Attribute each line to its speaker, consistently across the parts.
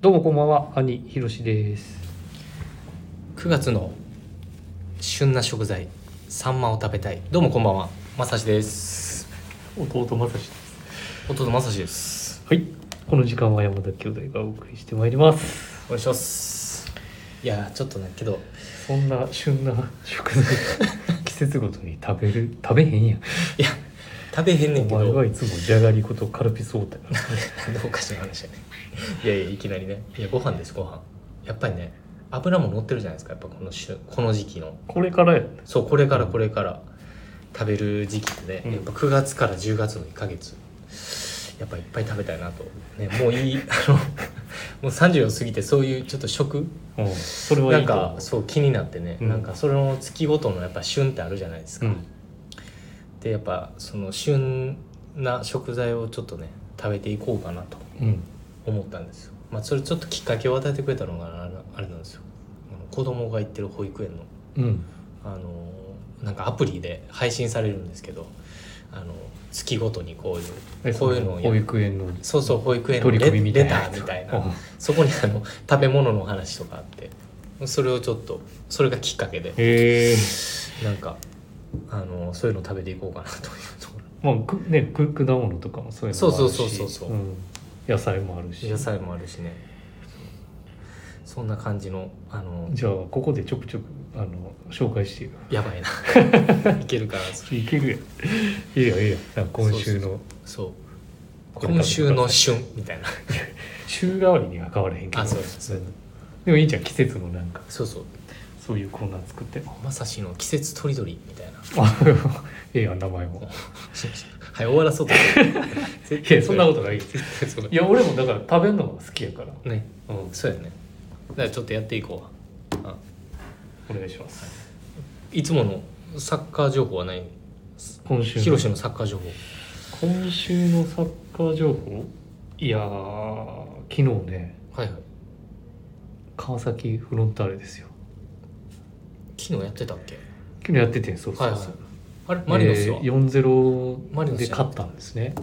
Speaker 1: どうもこんばんは兄ひろしです
Speaker 2: 9月の旬な食材サンマを食べたいどうもこんばんはまさしです
Speaker 1: 弟まさしです
Speaker 2: 弟まさしです
Speaker 1: はいこの時間は山田兄弟がお送りしてまいります
Speaker 2: お願いしますいやーちょっとねけど
Speaker 1: そんな旬な食材季節ごとに食べ る食べへんやん
Speaker 2: いや食べへんねんけ
Speaker 1: お
Speaker 2: ど
Speaker 1: 前
Speaker 2: あ
Speaker 1: はいつもじゃがりことカルピスウォーター
Speaker 2: のおかしな話やねいやいやいきなりねいやご飯ですご飯やっぱりね油も乗ってるじゃないですかやっぱこの旬この時期の
Speaker 1: これからや
Speaker 2: そうこれからこれから食べる時期でね、
Speaker 1: うん
Speaker 2: やっぱ9月から10月の1ヶ月やっぱいっぱい食べたいなと、ね、もういい あのもう34過ぎてそういうちょっと食
Speaker 1: うんそれは
Speaker 2: ないん
Speaker 1: いと思
Speaker 2: かそう気になってね、
Speaker 1: うん
Speaker 2: なんかそれの月ごとのやっぱ旬ってあるじゃないです
Speaker 1: う
Speaker 2: か、
Speaker 1: うん
Speaker 2: でやっぱその旬な食材をちょっとね食べていこうかなと
Speaker 1: うん
Speaker 2: 思ったんですよ、まあ、それちょっときっかけを与えてくれたのがあのあれなんですよあの子供が行ってる保育園の
Speaker 1: うん
Speaker 2: あのなんかアプリで配信されるんですけどあの月ごとにこうい
Speaker 1: え
Speaker 2: うこういうのを
Speaker 1: そ保
Speaker 2: やる
Speaker 1: 育園の
Speaker 2: そうそう保育園の
Speaker 1: 取り
Speaker 2: レ
Speaker 1: 組みみた
Speaker 2: レ
Speaker 1: い
Speaker 2: タ
Speaker 1: な
Speaker 2: ーみたい
Speaker 1: うん
Speaker 2: なそこにあの食べ物の話とかあってそれをちょっとそれがきっかけで
Speaker 1: へえ
Speaker 2: なんかあのそういうの食べていこうかなというところ
Speaker 1: まあくねく果物とかもそういうのもあるし
Speaker 2: そうそうそうそうそう
Speaker 1: うん野菜もあるし
Speaker 2: 野菜もあるしねそんな感じのあの
Speaker 1: じゃあここでちょくちょくあの紹介してよ
Speaker 2: やばいな いけるかなそれ
Speaker 1: いけるやんいいよいいよなんか今週の
Speaker 2: そう
Speaker 1: これ食べてください
Speaker 2: 今週の旬みたいな
Speaker 1: 週替わりには変わらへんけど
Speaker 2: あそうです
Speaker 1: んでもいいじゃん季節のなんか
Speaker 2: そうそう
Speaker 1: そういうコーナー作 っても
Speaker 2: まさしの季節とりどりみたいな
Speaker 1: あええやん名前も
Speaker 2: はい終わらそうとしてる絶
Speaker 1: い
Speaker 2: 対
Speaker 1: や そんなことないい
Speaker 2: 絶対そうだ
Speaker 1: や俺もだから食べるのが好きやから
Speaker 2: ね
Speaker 1: うん
Speaker 2: そうやねだからちょっとやっていこうわあ
Speaker 1: お願いします
Speaker 2: いつものサッカー情報はない
Speaker 1: 今週の
Speaker 2: 広島のサッカー情報
Speaker 1: 今週のサッカー情報いやー昨日ね
Speaker 2: はいはい
Speaker 1: 川崎フロンターレですよ
Speaker 2: 昨日やってたっけ
Speaker 1: 昨日やっててそうそうそう、
Speaker 2: はいはいあれマリノスは、
Speaker 1: えー4-0
Speaker 2: マリノス
Speaker 1: で
Speaker 2: じゃない
Speaker 1: 勝ったんですね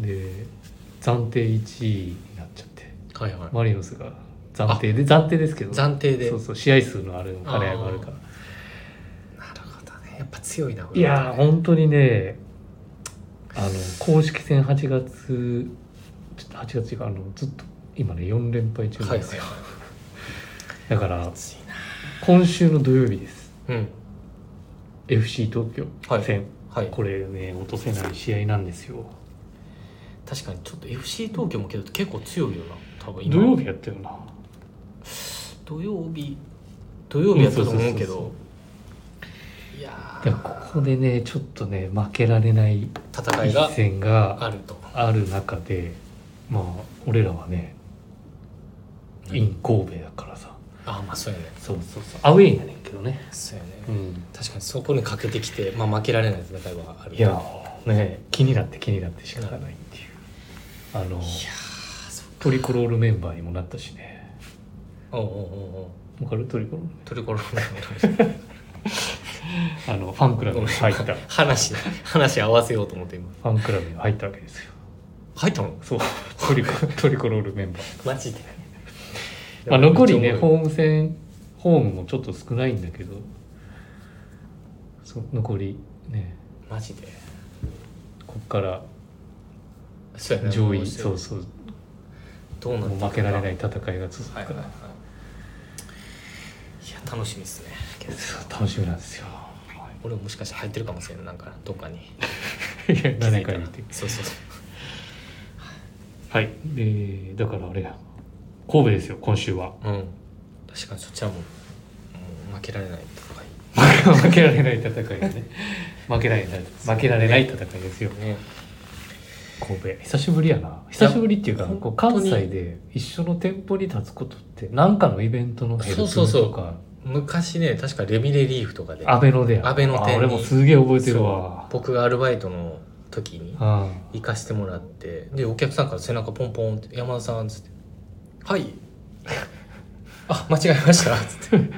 Speaker 1: で暫定1位になっちゃって
Speaker 2: はいはい、
Speaker 1: マリノスが暫定で暫定ですけど
Speaker 2: 暫定で
Speaker 1: そうそう試合数のある兼ね合いがあるから
Speaker 2: なるほどねやっぱ強いない
Speaker 1: やー本当にねあの公式戦8月ちょっと8月っていうかあのずっと今ね4連敗中
Speaker 2: は
Speaker 1: なん
Speaker 2: い
Speaker 1: で
Speaker 2: は
Speaker 1: す
Speaker 2: い
Speaker 1: よ、
Speaker 2: は
Speaker 1: だから
Speaker 2: い熱い
Speaker 1: 今週の土曜日です
Speaker 2: なうん
Speaker 1: FC 東京
Speaker 2: はい
Speaker 1: 戦、
Speaker 2: はい
Speaker 1: これね落とせない試合なんですよ
Speaker 2: 確かにちょっと FC 東京もけど結構強いよな多分今
Speaker 1: 土曜日やったよな
Speaker 2: 土曜日土曜日やったと思うけ
Speaker 1: うんそうそうそう
Speaker 2: どいや
Speaker 1: で
Speaker 2: ー
Speaker 1: もここでねちょっとね負けられない
Speaker 2: 戦い
Speaker 1: 一
Speaker 2: が
Speaker 1: 戦が
Speaker 2: あると
Speaker 1: ある中でまあ俺らはねイン神戸だからさ
Speaker 2: ああまあそうやね
Speaker 1: そうそうそうアウェーやねんけどね
Speaker 2: そうやね、
Speaker 1: うん
Speaker 2: 確かにそこにかけてきて、まあ、負けられない戦いはある
Speaker 1: いやね気になって気になって仕方ないっていうあのトリコロールメンバーにもなったしね
Speaker 2: おうおうおうおう
Speaker 1: わかるトリコロール
Speaker 2: トリコロー
Speaker 1: あのファンクラ
Speaker 2: ル
Speaker 1: ブ
Speaker 2: ご
Speaker 1: に
Speaker 2: めん
Speaker 1: 入 ったフ
Speaker 2: 話話合わせようと思って今
Speaker 1: ァンクラブに入ったわけですよ
Speaker 2: 入ったの
Speaker 1: そうトリコトリコロールメンバー
Speaker 2: マジで、
Speaker 1: まあ、残りね
Speaker 2: めっちゃおもろい
Speaker 1: ホーム戦ホームもちょっと少ないんだけどそう残りね
Speaker 2: マジで
Speaker 1: こっから
Speaker 2: そうやね
Speaker 1: 上位
Speaker 2: どうして
Speaker 1: そうそう
Speaker 2: どうな
Speaker 1: も
Speaker 2: っ
Speaker 1: う
Speaker 2: ていくか
Speaker 1: 負けられない戦いが続くから、
Speaker 2: はいはいはいいや楽しみですね
Speaker 1: そう楽しみなんですよ、
Speaker 2: 俺ももしかして入ってるかもしれないなんかどっかに
Speaker 1: い、や
Speaker 2: 気づ
Speaker 1: 7
Speaker 2: い
Speaker 1: 回
Speaker 2: たら
Speaker 1: 見て
Speaker 2: そうそうそう
Speaker 1: はいでだからあれや神戸ですよ今週は
Speaker 2: うん確かにそっちはもうもう負けられない
Speaker 1: 負けられない戦いがね負けられない負けられない戦いですよ
Speaker 2: 戦いね
Speaker 1: 神戸久しぶりやな久しぶりっていうか
Speaker 2: いや
Speaker 1: こう
Speaker 2: 本当
Speaker 1: 関
Speaker 2: に
Speaker 1: 西で一緒の店舗に立つことって何かのイベントのヘルプ
Speaker 2: そうそうそう
Speaker 1: とか
Speaker 2: 昔ね確かレミレリーフとかで
Speaker 1: アベノで
Speaker 2: アベノ店に
Speaker 1: 俺もすげえ覚えてるわ
Speaker 2: そう僕がアルバイトの時に
Speaker 1: うん
Speaker 2: 行かしてもらってでお客さんから背中ポンポンって「山田さん」っつって「はい」 あ間違えました」っつって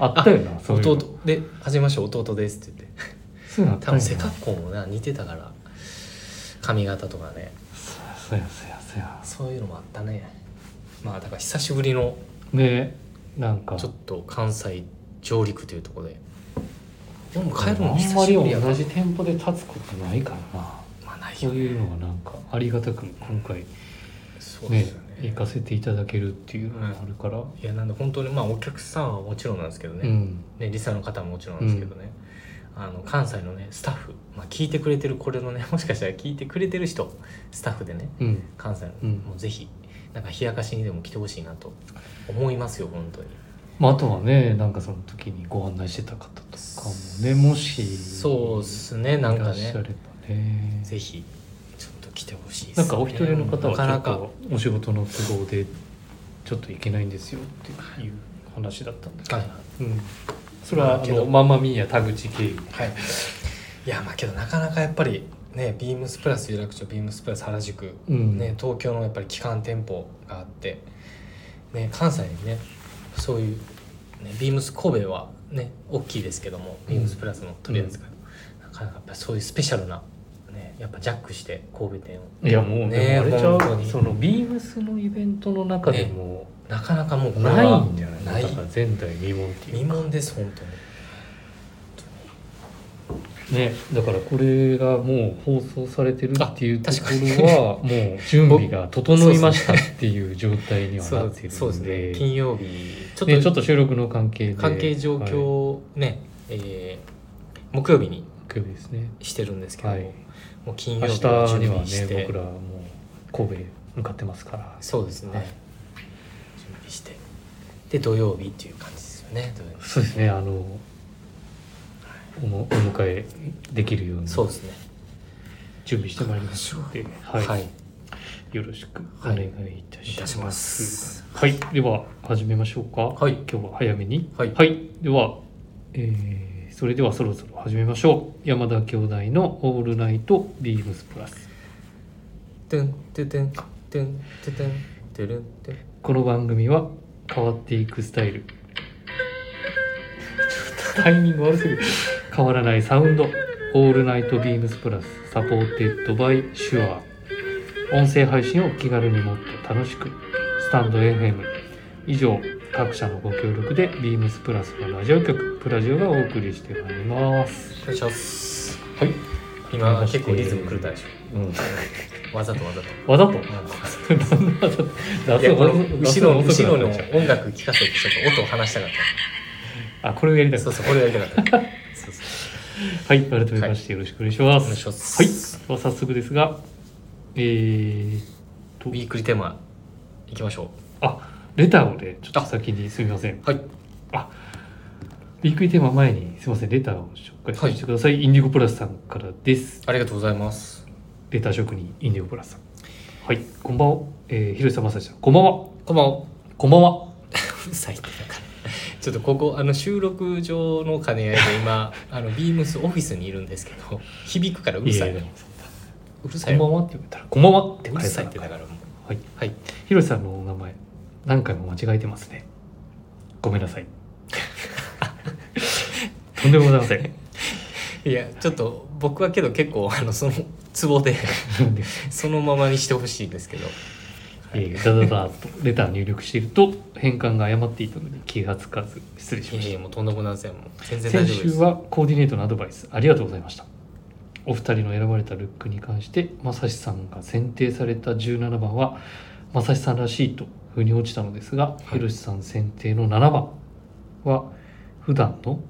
Speaker 1: あったよな
Speaker 2: 「
Speaker 1: そういうの
Speaker 2: 弟で初めまして弟です」って言って
Speaker 1: そういうのあっ
Speaker 2: 多
Speaker 1: たよ
Speaker 2: 分
Speaker 1: な
Speaker 2: 背格好もな似てたから髪型とかね
Speaker 1: そうやそうやそうやそうや
Speaker 2: そういうのもあったねまあだから久しぶりの
Speaker 1: ねなんか
Speaker 2: ちょっと関西上陸というところででも帰
Speaker 1: あ
Speaker 2: るの
Speaker 1: ん
Speaker 2: 久
Speaker 1: ま
Speaker 2: し
Speaker 1: り
Speaker 2: ぶりやから
Speaker 1: 同じ店舗で立つことないからな
Speaker 2: まあない
Speaker 1: そ
Speaker 2: よ
Speaker 1: ういうのがなんかありがたく今回
Speaker 2: そうで
Speaker 1: ね
Speaker 2: すよね
Speaker 1: 行かせていただけるっていうのがあるから、
Speaker 2: いやなんで本当にまあお客さんはもちろんなんですけどね、
Speaker 1: うん
Speaker 2: ね、リサの方ももちろんなんですけどね、あの関西のねスタッフ、まあ、聞いてくれてるこれのね もしかしたら聞いてくれてる人スタッフでね
Speaker 1: うん
Speaker 2: 関西の、
Speaker 1: うん
Speaker 2: もうぜひなんか冷やかしにでも来てほしいなと思いますよ本当に
Speaker 1: まあ、あとはねなんかその時にご案内してた方とかもねもし
Speaker 2: そうですねなん
Speaker 1: いら
Speaker 2: か
Speaker 1: っしゃ
Speaker 2: ね
Speaker 1: ればね
Speaker 2: ぜひちょっと来てほしいです、
Speaker 1: な
Speaker 2: ね、
Speaker 1: んかお一人の方はち
Speaker 2: なか
Speaker 1: ょ
Speaker 2: な
Speaker 1: っ
Speaker 2: か
Speaker 1: とお仕事の都合でちょっと行けないんですよっていう話だったんだけど、
Speaker 2: は
Speaker 1: う
Speaker 2: い
Speaker 1: ん、それは
Speaker 2: まあ
Speaker 1: あ
Speaker 2: け
Speaker 1: の
Speaker 2: ど
Speaker 1: ママミーや田口経由
Speaker 2: はいいやまあけどなかなかやっぱりねビームスプラス有楽町ビームスプラス原宿
Speaker 1: うん
Speaker 2: ね、東京のやっぱり基幹店舗があって、ね、関西にねそういう、ね、ビームス神戸はね大きいですけども、
Speaker 1: うん
Speaker 2: ビームスプラスの取り扱い、なかなかやっぱりそういうスペシャルな、ね、やっぱジャックして神戸店を
Speaker 1: いやもう
Speaker 2: ねえ
Speaker 1: ねあれちゃ
Speaker 2: 本当
Speaker 1: う
Speaker 2: に
Speaker 1: そのビームスのイベントの中でも
Speaker 2: なかなかもうこれは
Speaker 1: ないんじゃない
Speaker 2: ない
Speaker 1: だから前代未聞ってい
Speaker 2: 未
Speaker 1: うか
Speaker 2: 聞です本当に
Speaker 1: ねだからこれがもう放送されてるっていう
Speaker 2: あ
Speaker 1: とこ
Speaker 2: 確かに
Speaker 1: ろはもう準備が整いましたっていう状態には
Speaker 2: そ
Speaker 1: なっ
Speaker 2: う
Speaker 1: ている
Speaker 2: そうです
Speaker 1: の
Speaker 2: ね
Speaker 1: で
Speaker 2: 金曜日ちょっと,、
Speaker 1: ねちょっと収録の関係で
Speaker 2: 関係状況
Speaker 1: はい
Speaker 2: をね、えー木曜日に
Speaker 1: 木曜日ですね
Speaker 2: してるんですけど、
Speaker 1: はい
Speaker 2: もう金
Speaker 1: 明
Speaker 2: 曜
Speaker 1: 日
Speaker 2: 日
Speaker 1: に
Speaker 2: を
Speaker 1: は
Speaker 2: 準
Speaker 1: ね
Speaker 2: 備して
Speaker 1: 僕らもう神戸向かってますから
Speaker 2: そうですね、
Speaker 1: はい
Speaker 2: 準備してで土曜日っていう感じですよね土曜日
Speaker 1: そうですねあのおもお迎えできるように
Speaker 2: そうですね
Speaker 1: 準備してまいりますので、
Speaker 2: はい、
Speaker 1: はい、よろしくお願いいた
Speaker 2: いたし
Speaker 1: し
Speaker 2: ま
Speaker 1: ます。
Speaker 2: す
Speaker 1: はい、では始めましょうか。
Speaker 2: はい
Speaker 1: 今日は早めに。
Speaker 2: はい
Speaker 1: では、えーそれではそろそろ始めましょう。山田兄弟のオールナイトビームスプラス。
Speaker 2: トゥントゥトゥントゥントゥトゥントゥルントゥン
Speaker 1: この番組は変わっていくスタイル。 タイミング悪すぎる。変わらないサウンド。オールナイトビームスプラスサポーテッドバイシュア音声配信を気軽にもっと楽しくスタンド FM 以上各社のご協力でビームスプラスのラジオ局プラジオがお送りしてまいります
Speaker 2: お願いします
Speaker 1: はい、
Speaker 2: 今結構リズム狂ったでし
Speaker 1: うん、
Speaker 2: ょわざとわざと
Speaker 1: わざと
Speaker 2: い
Speaker 1: 雑
Speaker 2: や
Speaker 1: 音
Speaker 2: この
Speaker 1: 雑
Speaker 2: 後
Speaker 1: 音
Speaker 2: ろ
Speaker 1: 遅
Speaker 2: 後
Speaker 1: く
Speaker 2: ろ
Speaker 1: な
Speaker 2: の
Speaker 1: っちゃう
Speaker 2: 音楽聴かせてちょっと音を話したかっ
Speaker 1: あこれをやりた
Speaker 2: た
Speaker 1: い
Speaker 2: そうそうこれやりたかったそうそう
Speaker 1: はい改めましてよろしくお願いします、
Speaker 2: お願いしま
Speaker 1: はい、
Speaker 2: す
Speaker 1: では早速ですが、えー、
Speaker 2: ウィークリーテーマいきましょ
Speaker 1: あレターをね、ちょっと先にすみません。
Speaker 2: うはい
Speaker 1: ビッグリテーマ前に、すみません、レターを紹介させてください。インディゴプラスさんからです。
Speaker 2: ありがとうございます
Speaker 1: レター職人、インディゴプラスさん。はい、こんばんは。えー、広瀬正史さん、こんばんは。
Speaker 2: こんばんは
Speaker 1: こんばんは。
Speaker 2: うるさいってだからちょっとここあの収録上の兼ね合いで 今あのビームスオフィスにいるんですけど響くからうるさい
Speaker 1: いやいや
Speaker 2: うるさ
Speaker 1: こ
Speaker 2: い
Speaker 1: んば
Speaker 2: よ
Speaker 1: んはって言われたら、こんばんはって
Speaker 2: うる
Speaker 1: 返
Speaker 2: さ
Speaker 1: さ
Speaker 2: い
Speaker 1: なあ
Speaker 2: って
Speaker 1: かん
Speaker 2: だからもう
Speaker 1: はい。
Speaker 2: はい
Speaker 1: 広瀬さんのお名前、何回も間違えてますね。ごめんな さい。とんでもございません。
Speaker 2: いやちょっと僕はけど結構あのそのツボで
Speaker 1: なんで
Speaker 2: そのままにしてほしいんですけど
Speaker 1: えー、ダダダーっとレターを入力していると変換が誤っていたので気がつかず失礼し
Speaker 2: い
Speaker 1: ま
Speaker 2: やい
Speaker 1: し
Speaker 2: やもうとんでもございませんもう全
Speaker 1: た
Speaker 2: 然
Speaker 1: 先
Speaker 2: 大丈夫
Speaker 1: 週
Speaker 2: です
Speaker 1: はコーディネートのアドバイスありがとうございましたお二人の選ばれたルックに関してまさしさんが選定された17番はまさしさんらしいと腑に落ちたのですが、
Speaker 2: い
Speaker 1: ひろしさん選定の7番は普段の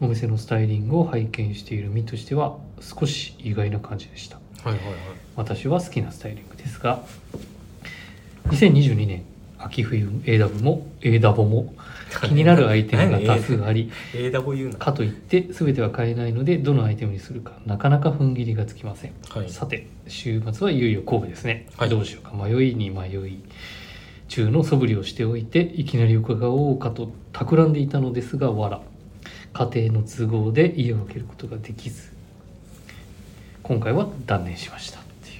Speaker 1: お店のスタイリングを拝見している身としては少し意外な感じでした
Speaker 2: はいはいはい
Speaker 1: 私は好きなスタイリングですが2022年秋冬 AW も AW も気になるアイテムが多数あり
Speaker 2: A ダボ言うな
Speaker 1: かといって全ては買えないのでどのアイテムにするかなかなか踏ん切りがつきません
Speaker 2: はい
Speaker 1: さて週末はいよいよ神戸ですね、
Speaker 2: はい
Speaker 1: どうしようか迷いに迷い中の素振りをしておいていきなり伺おうかと企んでいたのですがわら家庭の都合で家を受けることができず今回は断念しましたっていう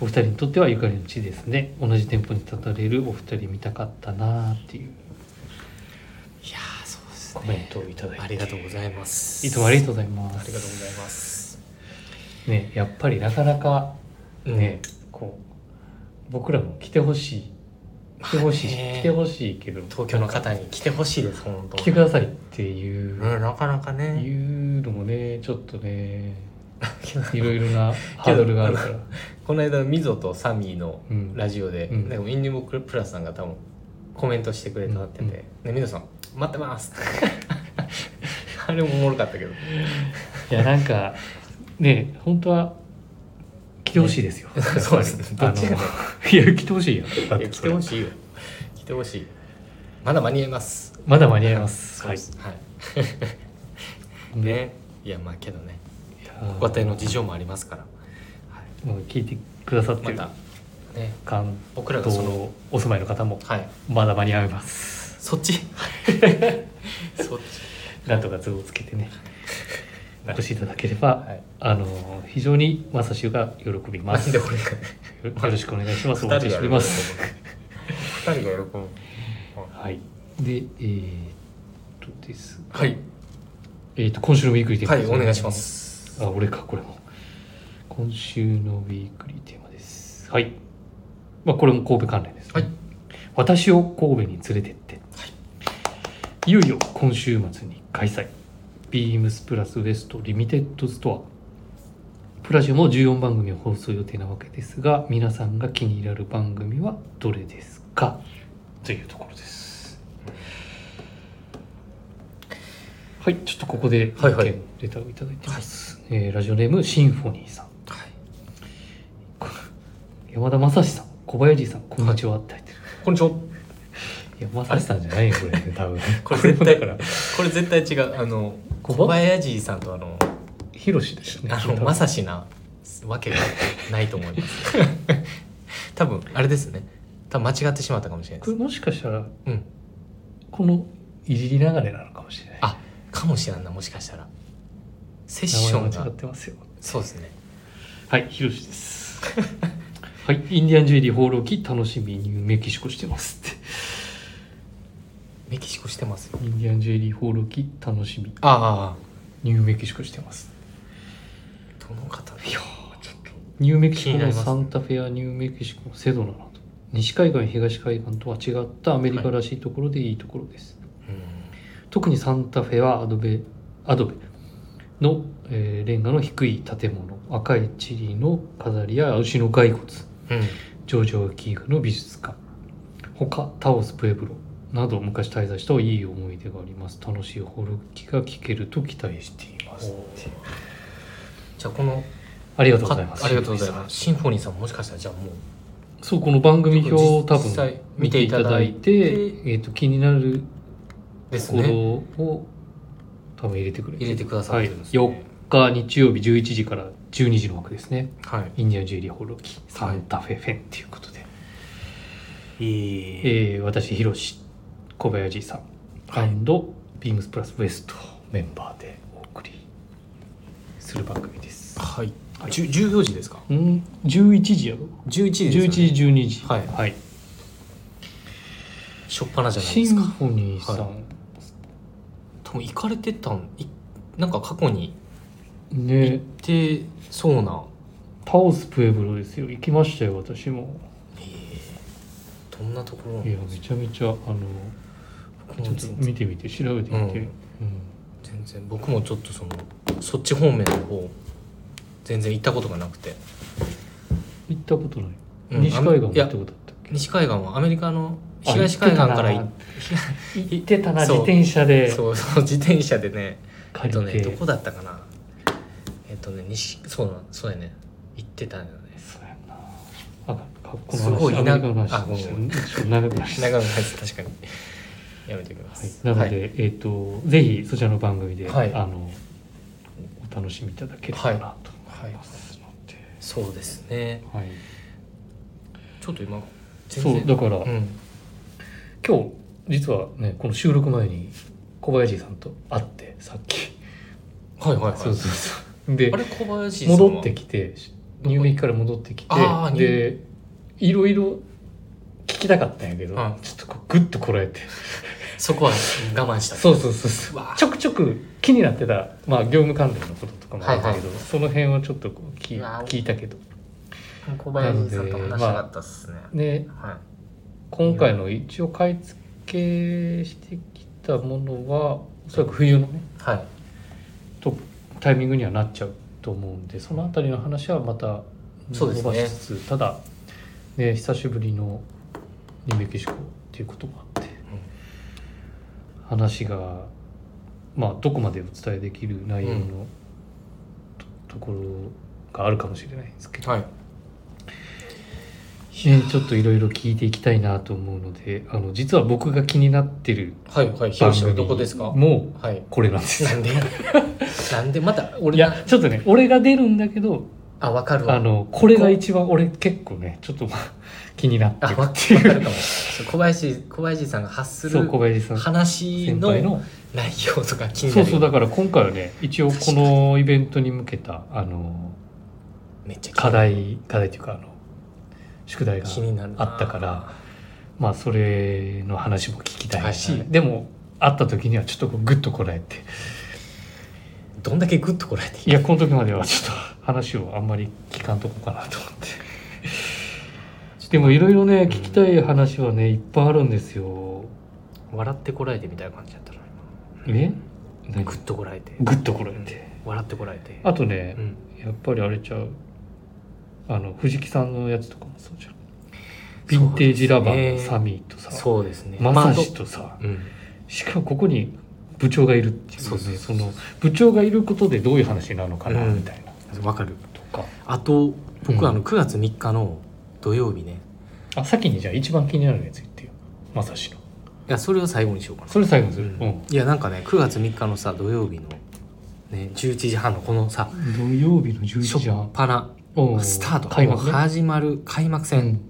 Speaker 1: お二人にとってはゆかりの地ですね同じ店舗に立たれるお二人見たかったなっていう
Speaker 2: いやーそうですね
Speaker 1: コメントをいただいて、
Speaker 2: ありがとうございます
Speaker 1: いつもありがとう
Speaker 2: う
Speaker 1: ございます
Speaker 2: ありがとうございます
Speaker 1: ねやっぱりなかなか
Speaker 2: うん
Speaker 1: ね、こう僕らも来てほしい来てほしい、
Speaker 2: まあね
Speaker 1: 来てほしいけど
Speaker 2: 東京の方に来てほしいです本当
Speaker 1: 来てくださいっていう、
Speaker 2: うんなかなかね
Speaker 1: いうのもねちょっと ねいろいろなハードルがあるから
Speaker 2: この間ミゾとサミーの
Speaker 1: うん
Speaker 2: ラジオで、
Speaker 1: うん
Speaker 2: なんかインディゴプラスさんが多分コメントしてくれたってて、
Speaker 1: うん
Speaker 2: ねミゾさん待って ますあれもおもろかったけど
Speaker 1: いやなんかね本当は来てほしいですよ、
Speaker 2: ね そうです
Speaker 1: あの
Speaker 2: どっちがね
Speaker 1: いや来てほしいよだっ
Speaker 2: いや
Speaker 1: て
Speaker 2: 来
Speaker 1: そ
Speaker 2: て
Speaker 1: れ
Speaker 2: ほしいよ来てほしいまだ間に合います
Speaker 1: まだ間に合います
Speaker 2: そう
Speaker 1: は
Speaker 2: で
Speaker 1: い
Speaker 2: すはいねいやまあけどね
Speaker 1: いや
Speaker 2: ご家庭の事情もありますから、は
Speaker 1: もう聞いてくださっ
Speaker 2: い、ま
Speaker 1: てる
Speaker 2: たね
Speaker 1: 関
Speaker 2: 僕らが
Speaker 1: 東
Speaker 2: その
Speaker 1: お住まいの方も
Speaker 2: はい
Speaker 1: まだ間に合います
Speaker 2: そっ ちそっち
Speaker 1: なんとか図をつけてねお越しいただければ、
Speaker 2: はい
Speaker 1: あの非常にマサシが喜びま
Speaker 2: なん
Speaker 1: す
Speaker 2: で
Speaker 1: よ
Speaker 2: 俺が
Speaker 1: ろしくお願いしますお
Speaker 2: 二
Speaker 1: 待ち
Speaker 2: 人
Speaker 1: してお
Speaker 2: が喜
Speaker 1: り
Speaker 2: ぶ
Speaker 1: ます
Speaker 2: 二人が喜ぶ
Speaker 1: はいでえー、っとですが
Speaker 2: はい
Speaker 1: えー、と今週のウィークリーテーマ
Speaker 2: はい
Speaker 1: ですね
Speaker 2: お願いします
Speaker 1: あ俺かこれも今週のウィークリーテーマですはいまあこれも神戸関連です、
Speaker 2: はい
Speaker 1: 私を神戸に連れてって、い、よいよ今週末に開催ビームスプラスウエストリミテッドストアプラジオも14番組を放送予定なわけですが皆さんが気に入られる番組はどれですかというところですはいちょっとここで
Speaker 2: はいはい
Speaker 1: 意見レターをいただいてます、えーラジオネームシンフォニーさん
Speaker 2: はい
Speaker 1: 山田正史さん小林さんこんにちはって入ってる、
Speaker 2: こんにちはい
Speaker 1: や正史さんじゃないよ これね多分
Speaker 2: これ絶対からこれ絶対違うあの
Speaker 1: 小
Speaker 2: 小林さんとあの
Speaker 1: ヒロシですね
Speaker 2: あ
Speaker 1: 多
Speaker 2: の
Speaker 1: 分
Speaker 2: まさしなわけがないと思います 多分あれですね多分間違ってしまったかもしれない
Speaker 1: これ
Speaker 2: で
Speaker 1: もしかしたら
Speaker 2: すうん
Speaker 1: このいじり流れなのかもしれない
Speaker 2: あかもしれんなもしかしたらセッ
Speaker 1: 名
Speaker 2: ション
Speaker 1: 前間違っ
Speaker 2: が
Speaker 1: てますよ
Speaker 2: そうですね
Speaker 1: はいヒロシですはい インディアンジュエリー放浪記楽しみにメキシコしてますって
Speaker 2: メキシコしてますよ
Speaker 1: インディアンジュエリー放浪記楽しみ
Speaker 2: ああ
Speaker 1: ニューメキシコしてます
Speaker 2: どの方
Speaker 1: いやーちょっとニューメキシ
Speaker 2: 気
Speaker 1: コ
Speaker 2: にな
Speaker 1: の
Speaker 2: ります
Speaker 1: サンタフェアニューメキシコのセドナなど西海岸東海岸とは違ったアメリカらしいところでいいところです、
Speaker 2: うん
Speaker 1: 特にサンタフェはアドベアドベの、えーレンガの低い建物赤いチリの飾りや牛の骸骨
Speaker 2: うん
Speaker 1: ジョージョー・キーフの美術館他タオス・プエブロなど昔滞在したいい思い出があります楽しいホルキが聞けると期待していますって
Speaker 2: じゃあこの
Speaker 1: ありがとうございます
Speaker 2: ありがとうございますシンフォニーさんもしかしたらじゃあもう
Speaker 1: そうこの番組表を多
Speaker 2: 実際
Speaker 1: 分
Speaker 2: 見ていただいて
Speaker 1: えー、と気になる
Speaker 2: で
Speaker 1: と
Speaker 2: す
Speaker 1: ころ
Speaker 2: ね
Speaker 1: を多分入れてくれ
Speaker 2: 入れてくださっ
Speaker 1: は
Speaker 2: て
Speaker 1: い、
Speaker 2: るんですね
Speaker 1: 4日日曜日11時から12時の枠ですね
Speaker 2: はい
Speaker 1: インディアンジュエリーホロキサンタフェフェンということで、
Speaker 2: え
Speaker 1: えー私ヒロシ小林さん、
Speaker 2: はい
Speaker 1: ビームスプラスウエストメンバーでお送りする番組です
Speaker 2: はいじゅ14時ですか
Speaker 1: うん11時やろ
Speaker 2: 11時ですよ
Speaker 1: 11
Speaker 2: ね
Speaker 1: 時12時
Speaker 2: はい
Speaker 1: はい、
Speaker 2: しょっぱなじゃない
Speaker 1: シ
Speaker 2: で
Speaker 1: ン
Speaker 2: す
Speaker 1: フ
Speaker 2: か
Speaker 1: ォニーさん、
Speaker 2: は多分行かれてたんいなんか過去に行っ
Speaker 1: ね
Speaker 2: てそうな
Speaker 1: タオスプエブロですよ行きましたよ私も
Speaker 2: どんなところない
Speaker 1: や
Speaker 2: の
Speaker 1: めちゃめちゃあの
Speaker 2: 僕も
Speaker 1: ちょっ
Speaker 2: 全
Speaker 1: と
Speaker 2: 然
Speaker 1: 見てみて調べてみて、
Speaker 2: うん
Speaker 1: うん
Speaker 2: 全然僕もちょっとそのそっち方面の方全然行ったことがなくて、
Speaker 1: 行ったことない、
Speaker 2: うん
Speaker 1: 西海岸も
Speaker 2: い
Speaker 1: 行
Speaker 2: や
Speaker 1: ったことあったっけ
Speaker 2: 西海岸はアメリカの
Speaker 1: あ
Speaker 2: 東海岸から
Speaker 1: 行
Speaker 2: 行
Speaker 1: っ
Speaker 2: って
Speaker 1: 行ってたな
Speaker 2: そ
Speaker 1: 自
Speaker 2: う
Speaker 1: 転車で
Speaker 2: そうそう自転車で ねえっ
Speaker 1: 借
Speaker 2: と
Speaker 1: り
Speaker 2: ね
Speaker 1: て、
Speaker 2: どこだったかなえっとね西そうなんそうやね行ってたんだよね
Speaker 1: そうやんなあかこの
Speaker 2: すごい
Speaker 1: 話アメリカの話
Speaker 2: あごめんごめん
Speaker 1: ちょっと長くなりました
Speaker 2: 長野です確かにやめておきま
Speaker 1: はい
Speaker 2: す、
Speaker 1: なので、
Speaker 2: はい
Speaker 1: えっ、とぜひそちらの番組で、
Speaker 2: はい
Speaker 1: あのお楽しみいただければなと思いますので、
Speaker 2: そうですね
Speaker 1: はい
Speaker 2: ちょっと今全
Speaker 1: そう
Speaker 2: 然
Speaker 1: だから、
Speaker 2: うん
Speaker 1: 今日実はねこの収録前に小林さんと会ってさっき
Speaker 2: はいはいはい
Speaker 1: そうそうそうで
Speaker 2: あれ小林さんは
Speaker 1: 戻ってきて入院から戻ってきて
Speaker 2: あー
Speaker 1: でいろいろ聞きたかったんやけど、
Speaker 2: うん
Speaker 1: ちょっとこうグッとこらえて
Speaker 2: そこは我慢した
Speaker 1: そうそうそうそう
Speaker 2: わ
Speaker 1: う
Speaker 2: ー
Speaker 1: ちょくちょく気になってた、まあ、業務関連のこととかもあったけど、
Speaker 2: はいは
Speaker 1: その辺はちょっとこう聞いう
Speaker 2: わー
Speaker 1: 聞いたけど
Speaker 2: 小林さんと話したかったっすね、
Speaker 1: で
Speaker 2: は
Speaker 1: 今回の一応買い付けしてきたものはおそらく冬のね
Speaker 2: はい
Speaker 1: とタイミングにはなっちゃうと思うんでその辺りの話はまた
Speaker 2: そうです
Speaker 1: 伸
Speaker 2: ね
Speaker 1: ばしつつ、ただ、ね、久しぶりのニューメキシコっていうこともあって、話が、まあ、どこまでお伝えできる内容の、
Speaker 2: うん
Speaker 1: とところがあるかもしれないですけど、
Speaker 2: はい
Speaker 1: ねちょっといろいろ聞いていきたいなと思うのであの実は僕が気になってる
Speaker 2: はいはい
Speaker 1: 番
Speaker 2: 広島
Speaker 1: 組
Speaker 2: どこですか
Speaker 1: もう
Speaker 2: はい
Speaker 1: これなん です
Speaker 2: なんで なんでまた俺
Speaker 1: い
Speaker 2: な
Speaker 1: やちょっとね俺が出るんだけど
Speaker 2: あわかるわ
Speaker 1: あのこれが一番俺結構ねちょっとまあ 気になって
Speaker 2: あ
Speaker 1: る
Speaker 2: わわ
Speaker 1: っ
Speaker 2: か
Speaker 1: てい
Speaker 2: るか
Speaker 1: う
Speaker 2: もそう小林小林さんが発す
Speaker 1: そう
Speaker 2: る
Speaker 1: 小林さん
Speaker 2: 話
Speaker 1: 先
Speaker 2: の
Speaker 1: 輩
Speaker 2: 内
Speaker 1: の
Speaker 2: 容とか気にな
Speaker 1: そう
Speaker 2: る
Speaker 1: そうだから今回はね一応このイベントに向けたあの
Speaker 2: めっちゃ気にな
Speaker 1: 課
Speaker 2: る
Speaker 1: 題課題というかあの宿題が
Speaker 2: 気になるな
Speaker 1: あったからまあそれの話も聞きたいし、
Speaker 2: はいはい
Speaker 1: でも会った時にはちょっとこうグッとこらえて
Speaker 2: どんだけグッとこらえてい
Speaker 1: いやこの時まではちょっと 話をあんまり聞かんとこうかなと思 ってでもいろいろね聞きたい話はねいっぱいあるんですよ
Speaker 2: 笑ってこらえてみたいな感じだったな
Speaker 1: ね
Speaker 2: 今
Speaker 1: 何
Speaker 2: グッとこらえて
Speaker 1: グッとこらえて
Speaker 2: 笑ってこらえて
Speaker 1: あとね
Speaker 2: う、ん
Speaker 1: やっぱりあれちゃうあの藤木さんのやつとかもそうじゃんヴィンテージラバーのサミーとさ、
Speaker 2: そうですね
Speaker 1: マサシ
Speaker 2: ま
Speaker 1: とさ
Speaker 2: あどうん
Speaker 1: しかもここに部長がいるっていう,、ね、
Speaker 2: そうそうそう
Speaker 1: の部長がいることでどういう話になるのかな
Speaker 2: うん
Speaker 1: みたいな、
Speaker 2: わかる
Speaker 1: とか
Speaker 2: あと
Speaker 1: うん
Speaker 2: 僕あの9月3日の土曜日ね
Speaker 1: あ先にじゃあ一番気になるやつ言ってよマサシの
Speaker 2: いやそれを最後にしようかな
Speaker 1: それ最後にする、
Speaker 2: うんいやなんかね9月3日のさ土曜日のね11時半のこのさ
Speaker 1: 土曜日の11
Speaker 2: 初
Speaker 1: 時
Speaker 2: っ
Speaker 1: 半
Speaker 2: ぱな
Speaker 1: おう
Speaker 2: スタート
Speaker 1: 開幕
Speaker 2: もう
Speaker 1: ね
Speaker 2: 始まる開幕
Speaker 1: う
Speaker 2: 戦
Speaker 1: ん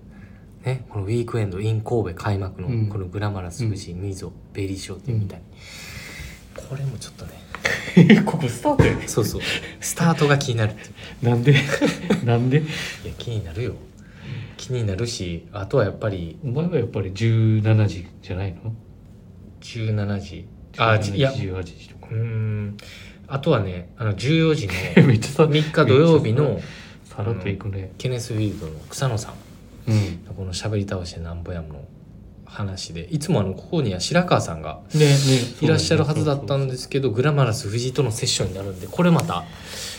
Speaker 2: ねこのウィークエンド in 神戸開幕の
Speaker 1: うん
Speaker 2: このグラマラス富士ミゾベリー商店みたいにこれもちょっとね
Speaker 1: ここスタートやね
Speaker 2: そうそうスタートが気になるっていう
Speaker 1: なんで なんで
Speaker 2: いや気になるよ気になるしあとはやっぱり
Speaker 1: お前はやっぱり17時じゃないの
Speaker 2: 17時あ
Speaker 1: あ
Speaker 2: じ
Speaker 1: い
Speaker 2: いや
Speaker 1: や
Speaker 2: う
Speaker 1: 18時とか
Speaker 2: ーんあとはねあの14時の
Speaker 1: めっちゃ さ
Speaker 2: 3日土曜日の
Speaker 1: さらっといくね
Speaker 2: ケネスフィールドの草野さん
Speaker 1: うん
Speaker 2: この「しゃべり倒してなんぼや」の話でいつもあのここには白川さんが
Speaker 1: ねね
Speaker 2: いらっしゃるはずだったん
Speaker 1: で
Speaker 2: ですけどグラマラス藤井とのセッションになるんでこれまた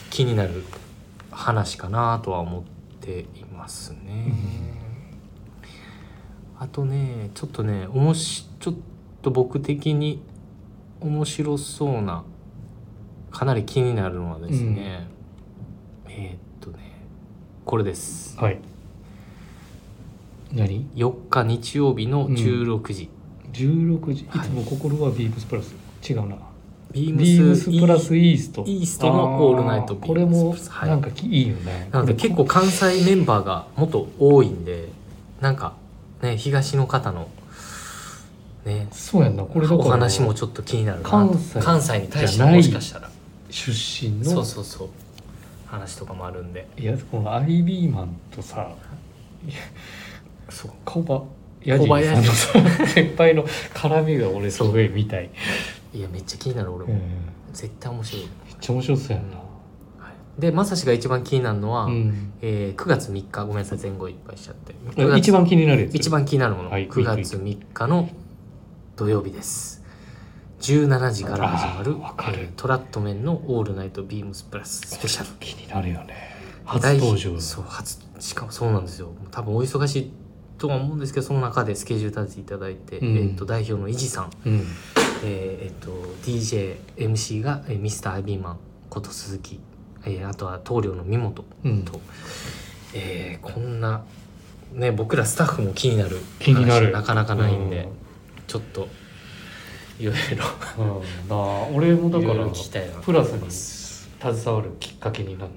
Speaker 2: 気になる話かなとは思っていますね。あとねちょっとねおもしちょっと僕的に面白そうなかなり気になるのはですね、えーっとねこれです
Speaker 1: はい何
Speaker 2: 4日日曜日の16時、
Speaker 1: 16時い
Speaker 2: はい
Speaker 1: つも心はビームスプラス違うな
Speaker 2: ビ
Speaker 1: ビームスプラスイースト
Speaker 2: イーストのオールナイト
Speaker 1: あ
Speaker 2: ビームス
Speaker 1: これも
Speaker 2: はい
Speaker 1: なんかきいいよね
Speaker 2: なので結構関西メンバーがもっと多いんでなんかね東の方のね
Speaker 1: そうやんなこれだから
Speaker 2: お話もちょっと気になるなと
Speaker 1: 関西
Speaker 2: 関西に対し
Speaker 1: じ
Speaker 2: て
Speaker 1: ゃない
Speaker 2: もしかしたら
Speaker 1: 出身の
Speaker 2: そうそうそう話とかもあるんで
Speaker 1: いやこのアイビーマンとさ
Speaker 2: そう
Speaker 1: 小葉ヤジさんの さ先輩の絡みが俺すごいみたい、
Speaker 2: いやめっちゃ気になる俺
Speaker 1: うん、
Speaker 2: も、
Speaker 1: めっ
Speaker 2: 絶対面白い、
Speaker 1: ちゃ面白そうやんな
Speaker 2: はい、でまさしが一番気になるのは、
Speaker 1: うん
Speaker 2: えー9月3日ごめんなさい前後いっぱいしちゃって
Speaker 1: え
Speaker 2: 9月
Speaker 1: 一番気になるやつ
Speaker 2: 一番気になるもの、
Speaker 1: はい
Speaker 2: 9月3日の土曜日です17時から始まる
Speaker 1: あーわかる
Speaker 2: えートラットメンの「オールナイトビームスプラススペシャル
Speaker 1: 気になるよね」初登場
Speaker 2: 大そう初しかもそうなんですよ多分お忙しいとは思うんですけどその中でスケジュール立てていただいて、
Speaker 1: うん
Speaker 2: えー、と代表のイジさん、
Speaker 1: うん
Speaker 2: えーえー、と DJMC が、えー、ミスターアイビーマンこと鈴木、えーあとは棟梁の三本
Speaker 1: うん
Speaker 2: と、えーこんな、ね、僕らスタッフも気になる
Speaker 1: 気になる
Speaker 2: 話なかなかないんで、
Speaker 1: うん
Speaker 2: ちょっといろい
Speaker 1: う
Speaker 2: ろ
Speaker 1: んなあ俺もだ
Speaker 2: いろ
Speaker 1: か
Speaker 2: いろ
Speaker 1: ら
Speaker 2: 聞きたいな
Speaker 1: プラスに携わるきっかけになっ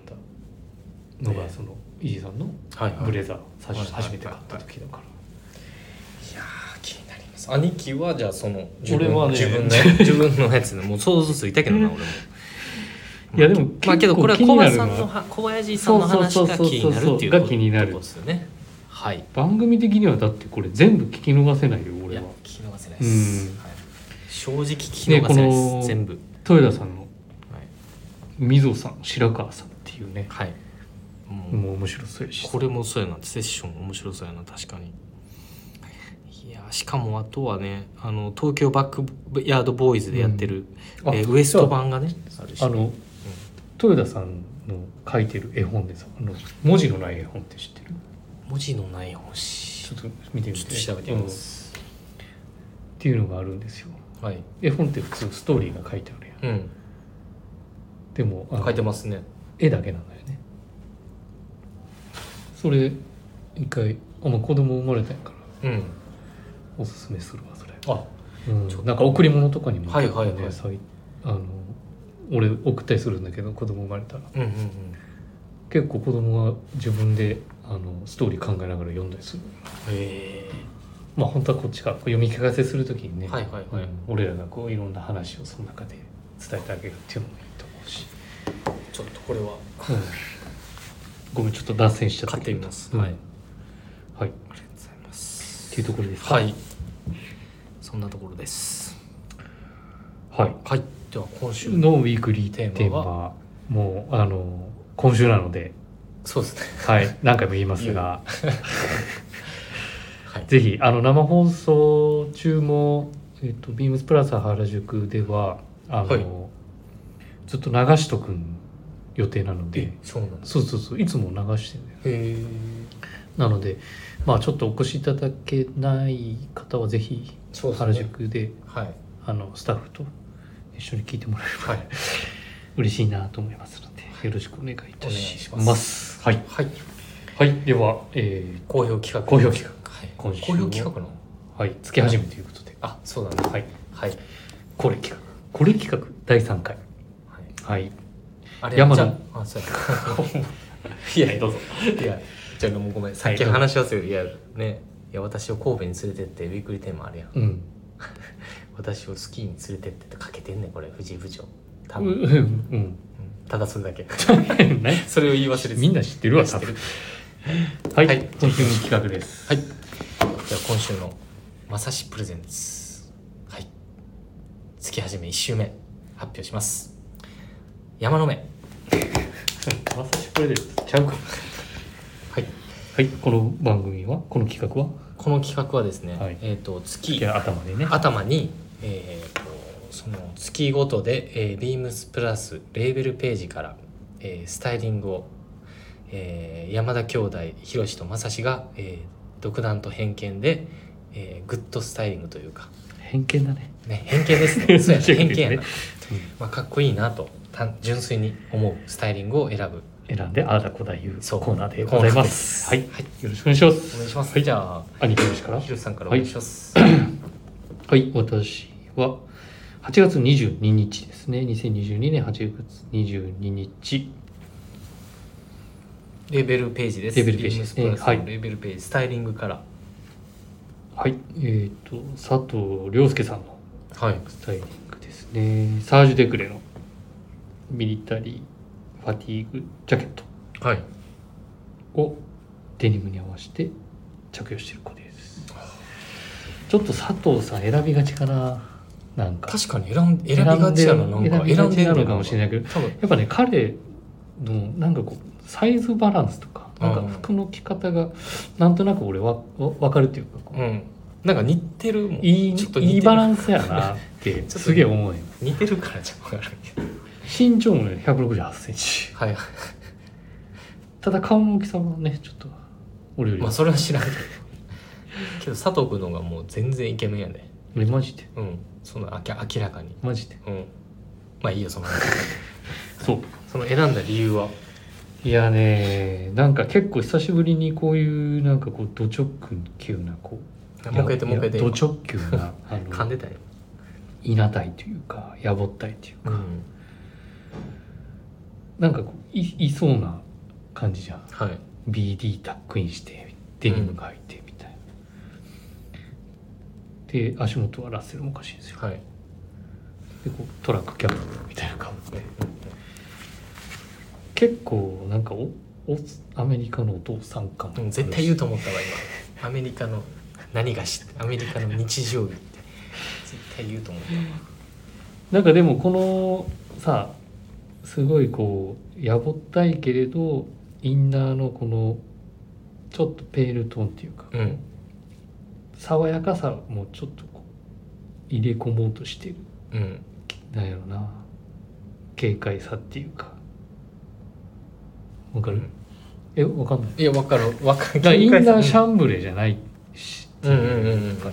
Speaker 1: たのが
Speaker 2: ね
Speaker 1: そのイジさんの
Speaker 2: はいはい
Speaker 1: ブ
Speaker 2: い
Speaker 1: レザー最初
Speaker 2: はい
Speaker 1: 初めて買った時だから
Speaker 2: やー気になります兄貴はじゃあその
Speaker 1: 俺はね
Speaker 2: 自 分のや自分のやつでもう想像ついたけどな俺も
Speaker 1: いやでも
Speaker 2: まあけどこれは
Speaker 1: 結構
Speaker 2: 小
Speaker 1: 気になる
Speaker 2: 林さ
Speaker 1: なん
Speaker 2: のは小林さんの話が気になるっていう
Speaker 1: そうそうそうそうそうが気になる
Speaker 2: とこですよねはい
Speaker 1: 番組的にはだってこれ全部聞き逃せないよ
Speaker 2: い
Speaker 1: 俺
Speaker 2: や
Speaker 1: は
Speaker 2: 聞き逃せないです、
Speaker 1: うん
Speaker 2: はい正直聞き逃せない
Speaker 1: ね
Speaker 2: で
Speaker 1: こ
Speaker 2: す、
Speaker 1: の
Speaker 2: 全部
Speaker 1: 豊田さんの
Speaker 2: はい
Speaker 1: 溝さん白川さんっていうね
Speaker 2: はい、もう
Speaker 1: もう面白そうやし
Speaker 2: これもそうやなセッション面白そうやな確かにいいやしかもあとはねあの東京バックヤードボーイズでやってる、
Speaker 1: うんあ
Speaker 2: えーウエスト版がねあるし
Speaker 1: あの豊田さんの書いてる絵本でさあの文字のない絵本って知ってる
Speaker 2: 文字のない本し
Speaker 1: ちょっと見てみて
Speaker 2: ちょっと調べてみま、す、
Speaker 1: うんっていうのがあるんですよ
Speaker 2: はい、
Speaker 1: 絵本って普通ストーリーが書いてあるやん
Speaker 2: うん、
Speaker 1: でもあの
Speaker 2: 書いてますね
Speaker 1: 絵だけなんだよねそれ一回あ、まあ、子供生まれたんやから
Speaker 2: うん
Speaker 1: おすすめするわそれ、
Speaker 2: あ
Speaker 1: うん
Speaker 2: ちょっと
Speaker 1: なんか贈り物とかにも
Speaker 2: はいはいはい
Speaker 1: さいあの俺送ったりするんだけど子供生まれたら
Speaker 2: うんうん
Speaker 1: 結構子供が自分であのストーリー考えながら読んだりする
Speaker 2: うんへ
Speaker 1: まあ本当はこっちが読み聞かせするときに
Speaker 2: え
Speaker 1: ね、
Speaker 2: はいはいはい、
Speaker 1: うん俺らがこういろんな話をその中で伝えてあげるっていうのもいいと思うし、
Speaker 2: ちょっとこれ
Speaker 1: う
Speaker 2: は
Speaker 1: んごめんちょっと脱線しちゃった
Speaker 2: 買って
Speaker 1: け
Speaker 2: み
Speaker 1: ど
Speaker 2: ます、
Speaker 1: うん
Speaker 2: はい
Speaker 1: はいっ
Speaker 2: ありがとうございます
Speaker 1: ていうところですか
Speaker 2: はいそんなところです
Speaker 1: はい
Speaker 2: はいでは今週
Speaker 1: のウィークリーテ
Speaker 2: テーマ
Speaker 1: ーマはもうあの今週なので、
Speaker 2: そうですね
Speaker 1: はい、何回も言いますが
Speaker 2: はい
Speaker 1: ぜひあの生放送中も、えっと、ビームスプラス原宿ではあの、
Speaker 2: はい
Speaker 1: ずっと流しとく予定なので
Speaker 2: えそうなんです
Speaker 1: そうそうそういつも流してるんだよ
Speaker 2: へえ
Speaker 1: なのでまあちょっとお越しいただけない方はぜひ
Speaker 2: そうですね
Speaker 1: 原宿で
Speaker 2: はい
Speaker 1: あのスタッフと一緒に聞いてもらえれば
Speaker 2: はい
Speaker 1: 嬉しいなと思いますのでよろしくお願いいたします
Speaker 2: お願いしま
Speaker 1: はい、
Speaker 2: はい
Speaker 1: はい、では、え
Speaker 2: 好評企画
Speaker 1: 好評企画
Speaker 2: はい好
Speaker 1: 今週
Speaker 2: 評企画の
Speaker 1: ーはい月始めということで、
Speaker 2: あそうだね
Speaker 1: はい、
Speaker 2: はい、はい、
Speaker 1: これ企画これ企画第3回はい
Speaker 2: あ
Speaker 1: 山
Speaker 2: じ
Speaker 1: 野
Speaker 2: ゃああそうやいや
Speaker 1: どうぞ
Speaker 2: いやじゃあもうごめんさっき話し合わせるいやねいや私を神戸に連れてってウィークリーテーマあるやん
Speaker 1: うん
Speaker 2: 私をスキーに連れてってってかけてんねんこれ藤井部長多
Speaker 1: う
Speaker 2: 分、うん
Speaker 1: ん
Speaker 2: ただそれだけ
Speaker 1: うんね
Speaker 2: それを言い忘れ てた
Speaker 1: みんな知ってるわ
Speaker 2: 知
Speaker 1: 多
Speaker 2: ってる
Speaker 1: 分はい、
Speaker 2: はい
Speaker 1: という企画です
Speaker 2: はい。では今週のまさしプレゼンツ。はい。月始め1週目発表します。山の目。
Speaker 1: まさしプレゼントちゃうか
Speaker 2: はい。
Speaker 1: はいこの番組はこの企画は
Speaker 2: この企画はですね、
Speaker 1: はい
Speaker 2: えっ、と月
Speaker 1: いや頭でね
Speaker 2: 頭に、えーとその月ごとで、えー、ビームスプラスレーベルページから、えースタイリングを、えー山田兄弟ひろしとまさしが、えー独断と偏見で、えーグッドスタイリングというか、
Speaker 1: 偏見だね
Speaker 2: ね、偏見です ねそうやね偏見やな
Speaker 1: ね
Speaker 2: まあ、かっこいいなと単純粋に思うスタイリングを選ぶ
Speaker 1: 選んであーだこだいう
Speaker 2: そう
Speaker 1: コーナーでございますはい、よろしくお願いしま
Speaker 2: お
Speaker 1: す
Speaker 2: 願いします、
Speaker 1: はい
Speaker 2: じゃあ
Speaker 1: 兄貴ですから
Speaker 2: ひろしさんからお
Speaker 1: はい
Speaker 2: 願いします、
Speaker 1: はい、私は8月22日ですね。2022年8月22日。
Speaker 2: レーベルページです
Speaker 1: レーベルページですね
Speaker 2: ビームスプラスの
Speaker 1: はい
Speaker 2: レーベルページスタイリングから
Speaker 1: はい、えっ、と佐藤亮介さんの
Speaker 2: はい
Speaker 1: スタイリングですね。サージュデクレのミリタリーファティーグジャケット
Speaker 2: はい
Speaker 1: をデニムに合わせて着用してる子です。ちょっと佐藤さん選びがちかな。なんか。
Speaker 2: 確かに選ん選びがちやななんか選んで
Speaker 1: る
Speaker 2: る
Speaker 1: のかもしれないけど、
Speaker 2: 多分
Speaker 1: やっぱね彼のなんかこうサイズバランスとかなんか
Speaker 2: うん
Speaker 1: 服の着方がなんとなく俺はわわかるっていうかこう
Speaker 2: うんなんか似てるもん
Speaker 1: いい
Speaker 2: ちょっと似て
Speaker 1: い
Speaker 2: る
Speaker 1: いバランスやなって
Speaker 2: と
Speaker 1: すげえ思うよ
Speaker 2: 似てるからじゃ分からんけど
Speaker 1: 身長もね1 6 8ンチ
Speaker 2: はいは
Speaker 1: ただ顔の大きさはねちょっと俺よ
Speaker 2: い
Speaker 1: り
Speaker 2: まあ
Speaker 1: も
Speaker 2: それは知らんけどけど佐藤君の方がもう全然イケメンやね
Speaker 1: 俺マジで
Speaker 2: うんそのあき明らかに
Speaker 1: マジで
Speaker 2: うんまあいいよその話
Speaker 1: そう
Speaker 2: その選んだ理由はい
Speaker 1: やねなんか結構久しぶりにこういうなんかこうド直球なこう
Speaker 2: もう一回言ってもう一回
Speaker 1: いや
Speaker 2: 言
Speaker 1: ド
Speaker 2: って
Speaker 1: 直球なあ
Speaker 2: 噛ん
Speaker 1: の
Speaker 2: でたよ、
Speaker 1: 稲体というかやぼったいというか、
Speaker 2: うん、
Speaker 1: なんかこういいそうな感じじゃん
Speaker 2: はい
Speaker 1: BD タックインしてデニムが入ってみたいな、で足元はラッセルもおかしいんですよ
Speaker 2: はい
Speaker 1: でこうトラックキャップみたいな顔で結構なんかおおアメリカのお父さん感もあ
Speaker 2: う
Speaker 1: る
Speaker 2: ん
Speaker 1: し
Speaker 2: 絶対言うと思ったわ今アメリカの何がしアメリカの日常着って絶対言うと思ったわ
Speaker 1: なんかでもこのさすごいこうやぼったいけれどインナーのこのちょっとペールトーンっていうか
Speaker 2: うん
Speaker 1: 爽やかさもちょっとこう入れ込もうとしてる
Speaker 2: うん
Speaker 1: なんやろな軽快さっていうかわかる、
Speaker 2: うん
Speaker 1: えわかんない
Speaker 2: いや分かる分か
Speaker 1: だから
Speaker 2: る
Speaker 1: インナーシ
Speaker 2: ャ
Speaker 1: ャンブレじゃないし、
Speaker 2: うんうんうんうん
Speaker 1: なんか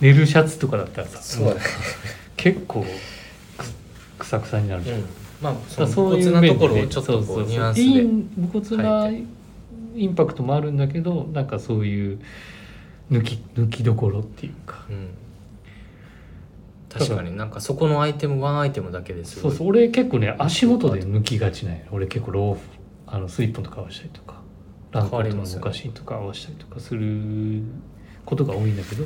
Speaker 1: 寝るシャツとかだったらさ
Speaker 2: そうだね
Speaker 1: 結構くくさくさになるじゃん
Speaker 2: うんまあそ
Speaker 1: そ
Speaker 2: の
Speaker 1: そうい
Speaker 2: 無
Speaker 1: う
Speaker 2: 骨な
Speaker 1: 面
Speaker 2: とこ
Speaker 1: で
Speaker 2: ろをちょっと
Speaker 1: そ
Speaker 2: こ
Speaker 1: うそうそ
Speaker 2: う
Speaker 1: う
Speaker 2: ニュアンスで
Speaker 1: いい無骨な
Speaker 2: 変
Speaker 1: インパクトもあるんだけどなんかそういう抜き抜きどころっていうか
Speaker 2: うん確かになんかそこのアイテムワンアイテムだけです
Speaker 1: そうそう俺結構ね足元で抜きがちなんや俺結構ローフあのスリッポンとか合わせたりとかランコート
Speaker 2: 変わりま
Speaker 1: の
Speaker 2: すよ
Speaker 1: お
Speaker 2: ね
Speaker 1: 菓子とか合わせたりとかすることが多いんだけど、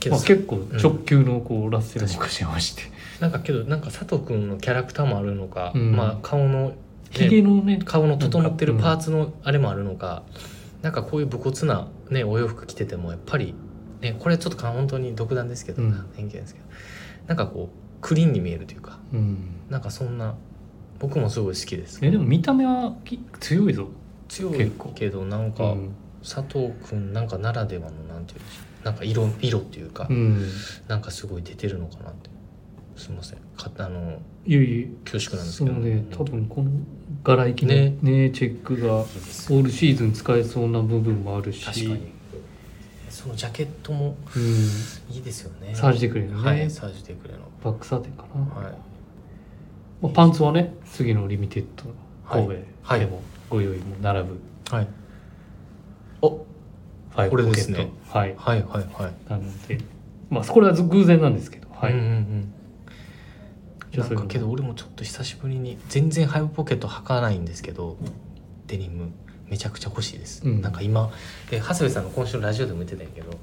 Speaker 2: けど
Speaker 1: まあ、結構
Speaker 2: ん
Speaker 1: 直球のこう、ラッセルのお菓子に合わせて
Speaker 2: なんかけどなんか佐藤君のキャラクターもあるのか、
Speaker 1: うん
Speaker 2: まあ顔の
Speaker 1: ひげのね
Speaker 2: 顔の整ってるパーツのあれもあるのか、なんかこういう武骨な、ね、お洋服着ててもやっぱり、ね、これちょっとか本当に独断ですけど、
Speaker 1: うん
Speaker 2: 偏見ですけどなんかこうクリーンに見えるというか
Speaker 1: うん
Speaker 2: なんかそんな僕もすごい好きです
Speaker 1: ね、でも見た目はき強いぞ、
Speaker 2: 強い
Speaker 1: 結構
Speaker 2: けどなん
Speaker 1: う
Speaker 2: か
Speaker 1: ん
Speaker 2: 佐藤君なんかならではのなんていうんでしょうなんか色色っていうか、
Speaker 1: うん、
Speaker 2: なんかすごい出てるのかなってすいませんかあの
Speaker 1: いえいえ
Speaker 2: 恐縮なんです
Speaker 1: そ
Speaker 2: け
Speaker 1: う
Speaker 2: ど
Speaker 1: ね多分この柄行きのね
Speaker 2: ね
Speaker 1: チェックがオ
Speaker 2: いいです
Speaker 1: ールシーズン使えそうな部分もあるし
Speaker 2: 確かにそのジャケットも
Speaker 1: うん、
Speaker 2: いいですよね
Speaker 1: サージデクレのね、
Speaker 2: はいサージデクレの
Speaker 1: バックサテンかな、
Speaker 2: はい
Speaker 1: まあ、パンツはね次のリミテッド
Speaker 2: はい
Speaker 1: 神戸
Speaker 2: はい
Speaker 1: でもご用意も並ぶ
Speaker 2: はいお
Speaker 1: ファイ
Speaker 2: こ
Speaker 1: ブ
Speaker 2: れ
Speaker 1: ポ
Speaker 2: で
Speaker 1: ケ
Speaker 2: す
Speaker 1: ッ
Speaker 2: ね
Speaker 1: ト、はい
Speaker 2: はいはいはい
Speaker 1: なのでまあこれは偶然なんですけどはい、
Speaker 2: うんうんうん
Speaker 1: じゃ
Speaker 2: な
Speaker 1: あ
Speaker 2: んかけど俺もちょっと久しぶりに全然ハイブポケット履かないんですけどデニムめちゃくちゃ欲しいです、
Speaker 1: うん
Speaker 2: なんか今で長谷部さんの今週のラジオでも言ってたんやけど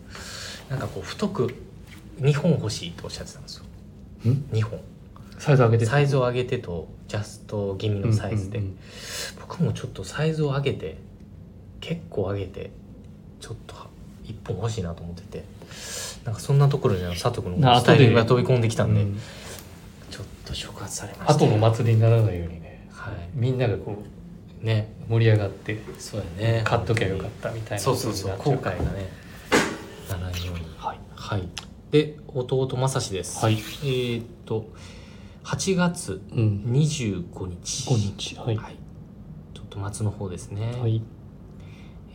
Speaker 2: なんかこう太く2本欲しいとおっしゃってたんですよ
Speaker 1: それん
Speaker 2: 2本
Speaker 1: サイズ上げて
Speaker 2: サイズを上げてとジャスト気味のサイズで、
Speaker 1: うんうんうん
Speaker 2: 僕もちょっとサイズを上げて結構上げてちょっとは一本欲しいなと思っててなんかそんなところにあの佐藤君
Speaker 1: な
Speaker 2: の
Speaker 1: 後
Speaker 2: ス
Speaker 1: で
Speaker 2: タイリングが飛び込んできたんで、
Speaker 1: うん
Speaker 2: ちょっと触発されました
Speaker 1: 後の祭りにならないようにね
Speaker 2: は
Speaker 1: みんながこ
Speaker 2: いね
Speaker 1: う盛り上がって
Speaker 2: そうやね
Speaker 1: 買っときゃよかったみたいな
Speaker 2: そうそうそう
Speaker 1: 風
Speaker 2: 後
Speaker 1: になっちゃ
Speaker 2: 悔がねならないように
Speaker 1: はい
Speaker 2: はいで弟正志です、
Speaker 1: はい
Speaker 2: えーっと8月
Speaker 1: うん
Speaker 2: 25日
Speaker 1: 5日はい
Speaker 2: はい、ちょっと松の方ですね、
Speaker 1: はい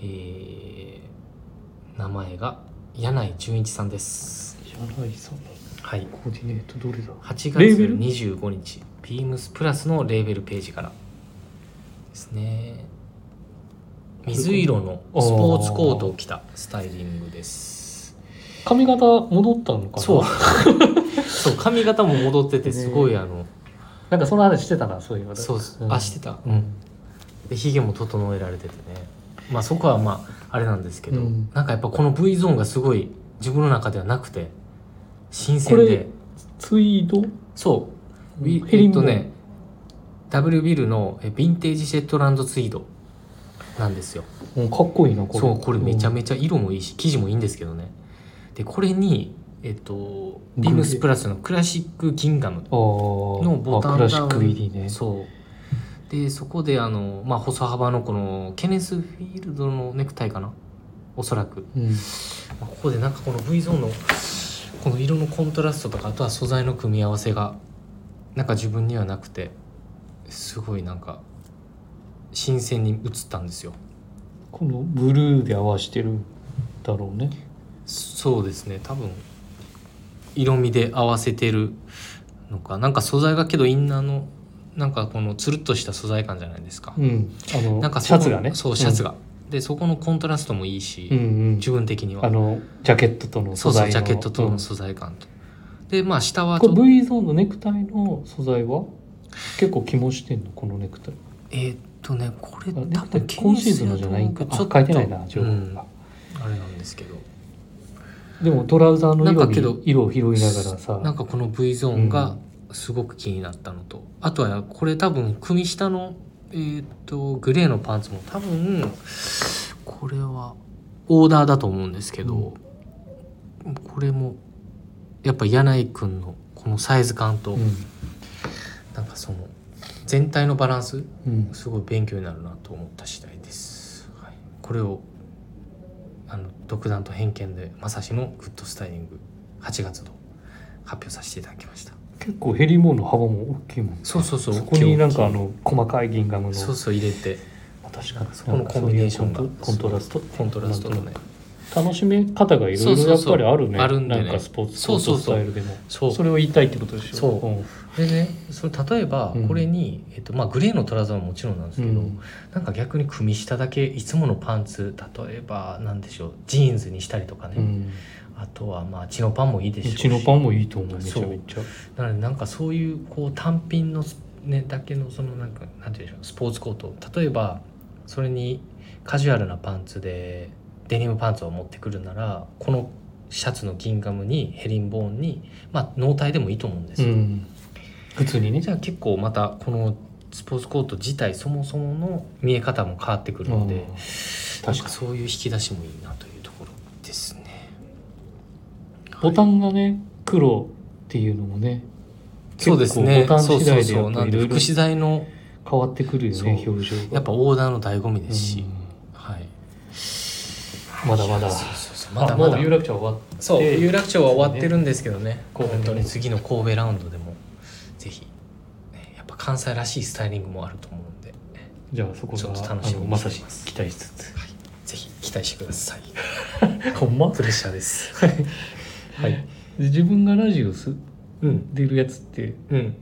Speaker 2: えー名前が柳井純一さんです。
Speaker 1: 柳井さんの
Speaker 2: はい。
Speaker 1: コーディネートどれだ
Speaker 2: 8月
Speaker 1: レーベル
Speaker 2: 25日、ビームスプラスのレーベルページからですね。水色のスポーツコートを着たスタイリングです。
Speaker 1: 髪型戻ったのかな
Speaker 2: そう。 そう、髪型も戻ってて、すごいあの、
Speaker 1: なんかその話してたなそういうの
Speaker 2: そう
Speaker 1: うん
Speaker 2: あ、してた。
Speaker 1: うん
Speaker 2: で、髭も整えられててね。まあそこはまあ、あれなんですけど、
Speaker 1: うん
Speaker 2: なんかやっぱこの V ゾーンがすごい自分の中ではなくて、新鮮
Speaker 1: これ
Speaker 2: で。
Speaker 1: ツイード
Speaker 2: そ
Speaker 1: ヘ
Speaker 2: う。ビ
Speaker 1: リ
Speaker 2: え
Speaker 1: ン
Speaker 2: っ
Speaker 1: ボー
Speaker 2: とね、W ビルのえヴィンテージシェットランドツイードなんですよ。
Speaker 1: うんかっこいいなこれ
Speaker 2: そう、これめちゃ
Speaker 1: ち
Speaker 2: めちゃ色もいいし、生地もいいんですけどね。で、これに、えっと、ビームスプラスのクラシックギンガム
Speaker 1: ゃの
Speaker 2: のボタ
Speaker 1: ク
Speaker 2: ンダ
Speaker 1: ラ
Speaker 2: ウン
Speaker 1: シック入りね
Speaker 2: そう。で、そこで、あの、まあ、細幅のこの、ケネスフィールドのネクタイかなおそらく。
Speaker 1: うん
Speaker 2: まあここでなんかこの V ゾーンのこの色のコントラストとかあとは素材の組み合わせがなんか自分にはなくてすごいなんか新鮮に映ったんですよ
Speaker 1: このブルーで合わしてるんだろうね
Speaker 2: そうですね多分色味で合わせてるのかなんか素材がけどインナーのなんかこのつるっとした素材感じゃないですか、
Speaker 1: うんあの
Speaker 2: なんか
Speaker 1: シ
Speaker 2: そ
Speaker 1: ャ
Speaker 2: こ
Speaker 1: ツがね
Speaker 2: そうシャツが、でそこのコントラストもいいし、
Speaker 1: うんうん
Speaker 2: 自分的に
Speaker 1: あ
Speaker 2: は
Speaker 1: のジャケットとの
Speaker 2: そ
Speaker 1: 素
Speaker 2: う
Speaker 1: 材
Speaker 2: そ
Speaker 1: の
Speaker 2: うジャケットと
Speaker 1: うん
Speaker 2: の素材感と、でまあ下はち
Speaker 1: こ
Speaker 2: ょっと
Speaker 1: れ V ゾーンのネクタイの素材は結構肝してんのこのネクタイ
Speaker 2: えーっとねこれ
Speaker 1: あ
Speaker 2: 多
Speaker 1: ネクタイ
Speaker 2: 分
Speaker 1: 今シーズンのじゃないん
Speaker 2: ちょ
Speaker 1: か
Speaker 2: っ
Speaker 1: あ
Speaker 2: と
Speaker 1: 書いてないな情報
Speaker 2: う
Speaker 1: が、
Speaker 2: んあれなんですけど
Speaker 1: でもトラウザーの
Speaker 2: なん
Speaker 1: 色
Speaker 2: か
Speaker 1: に
Speaker 2: けど
Speaker 1: 色を拾いながらさ
Speaker 2: なんかこの V ゾーンがすごく気になったのと、あとはこれ多分組下のえーっとグレーのパンツも多分これはオーダーだと思うんですけど、これもやっぱ柳井君のこのサイズ感と、
Speaker 1: う
Speaker 2: なんかその全体のバランス
Speaker 1: んうん
Speaker 2: すごい勉強になるなと思った次第です。はい、これをああの独断と偏見でまさしのグッドスタイリング8月度発表させていただきました
Speaker 1: 結構ヘリモーの幅も大きいもんね
Speaker 2: そうそうそう
Speaker 1: そこになんかあ
Speaker 2: 大きい
Speaker 1: の細かい銀ガムの
Speaker 2: そうそう入れて
Speaker 1: あ確かに
Speaker 2: そこのコンビネーションが
Speaker 1: なんかそういうコントコントラスト
Speaker 2: コントラストとね
Speaker 1: 楽しめ方がいろいろやっぱりあるね
Speaker 2: そうそうそうあるんでね
Speaker 1: なんかスポーツスポ
Speaker 2: そ
Speaker 1: ー
Speaker 2: うそう
Speaker 1: ツ
Speaker 2: そ
Speaker 1: ス
Speaker 2: う
Speaker 1: タイルでも
Speaker 2: そう
Speaker 1: れを言いたいってことでしょ
Speaker 2: そうんでねそれ例えば
Speaker 1: うん
Speaker 2: これに、えっとまあ、グレーのトラウザーももちろんなんですけど、
Speaker 1: うん
Speaker 2: なんか逆に組み下だけいつものパンツ例えばなんでしょうジーンズにしたりとかね、
Speaker 1: うん
Speaker 2: あとはまあチノパンもいいで
Speaker 1: う
Speaker 2: しょうし
Speaker 1: ちのパンもいいと思うめち
Speaker 2: そう
Speaker 1: ゃめちゃ
Speaker 2: なのでなんかそういうこう単品のねだけのそのなんかなんていうんでしょうスポーツコート例えばそれにカジュアルなパンツでデニムパンツを持ってくるならこのシャツの銀ガムにヘリンボーンにまあ納体でもいいと思うんです
Speaker 1: う
Speaker 2: よ、
Speaker 1: ん普通にね
Speaker 2: じゃあ結構またこのスポーツコート自体そもそもの見え方も変わってくるので、
Speaker 1: うん
Speaker 2: なん
Speaker 1: 確
Speaker 2: か
Speaker 1: か
Speaker 2: そういう引き出しもいいなというところですね。
Speaker 1: にボタンがね黒っていうのもね
Speaker 2: そうですね。
Speaker 1: 結構ボタ
Speaker 2: そ
Speaker 1: ン
Speaker 2: う
Speaker 1: 次第で
Speaker 2: そう
Speaker 1: や
Speaker 2: そ
Speaker 1: っ
Speaker 2: う。な
Speaker 1: ぱ
Speaker 2: ん
Speaker 1: り
Speaker 2: で
Speaker 1: 色々
Speaker 2: 副資材の
Speaker 1: 変わってくるよね
Speaker 2: そう
Speaker 1: 表情が
Speaker 2: やっぱオーダーの醍醐味ですし、
Speaker 1: うん
Speaker 2: はい。
Speaker 1: まだまだ
Speaker 2: そうそうそうまだ
Speaker 1: あ
Speaker 2: まだ
Speaker 1: もう。有楽町終わっ
Speaker 2: そう
Speaker 1: で
Speaker 2: 有楽町は終わってるんですけどね。
Speaker 1: そうね
Speaker 2: 本当に次の神戸ラウンドでもぜひ、ねやっぱ関西らしいスタイリングもあると思うんで、
Speaker 1: じゃあそこ
Speaker 2: ちょ
Speaker 1: が
Speaker 2: っと
Speaker 1: あ
Speaker 2: 楽しみ
Speaker 1: の
Speaker 2: に
Speaker 1: ま
Speaker 2: して
Speaker 1: さ
Speaker 2: い
Speaker 1: し
Speaker 2: ます
Speaker 1: 期待しつつ
Speaker 2: ぜひ期待してください。
Speaker 1: ほんま
Speaker 2: プレッシャーです。 はい。
Speaker 1: 自分がラジオす
Speaker 2: うん
Speaker 1: 出るやつって
Speaker 2: うん。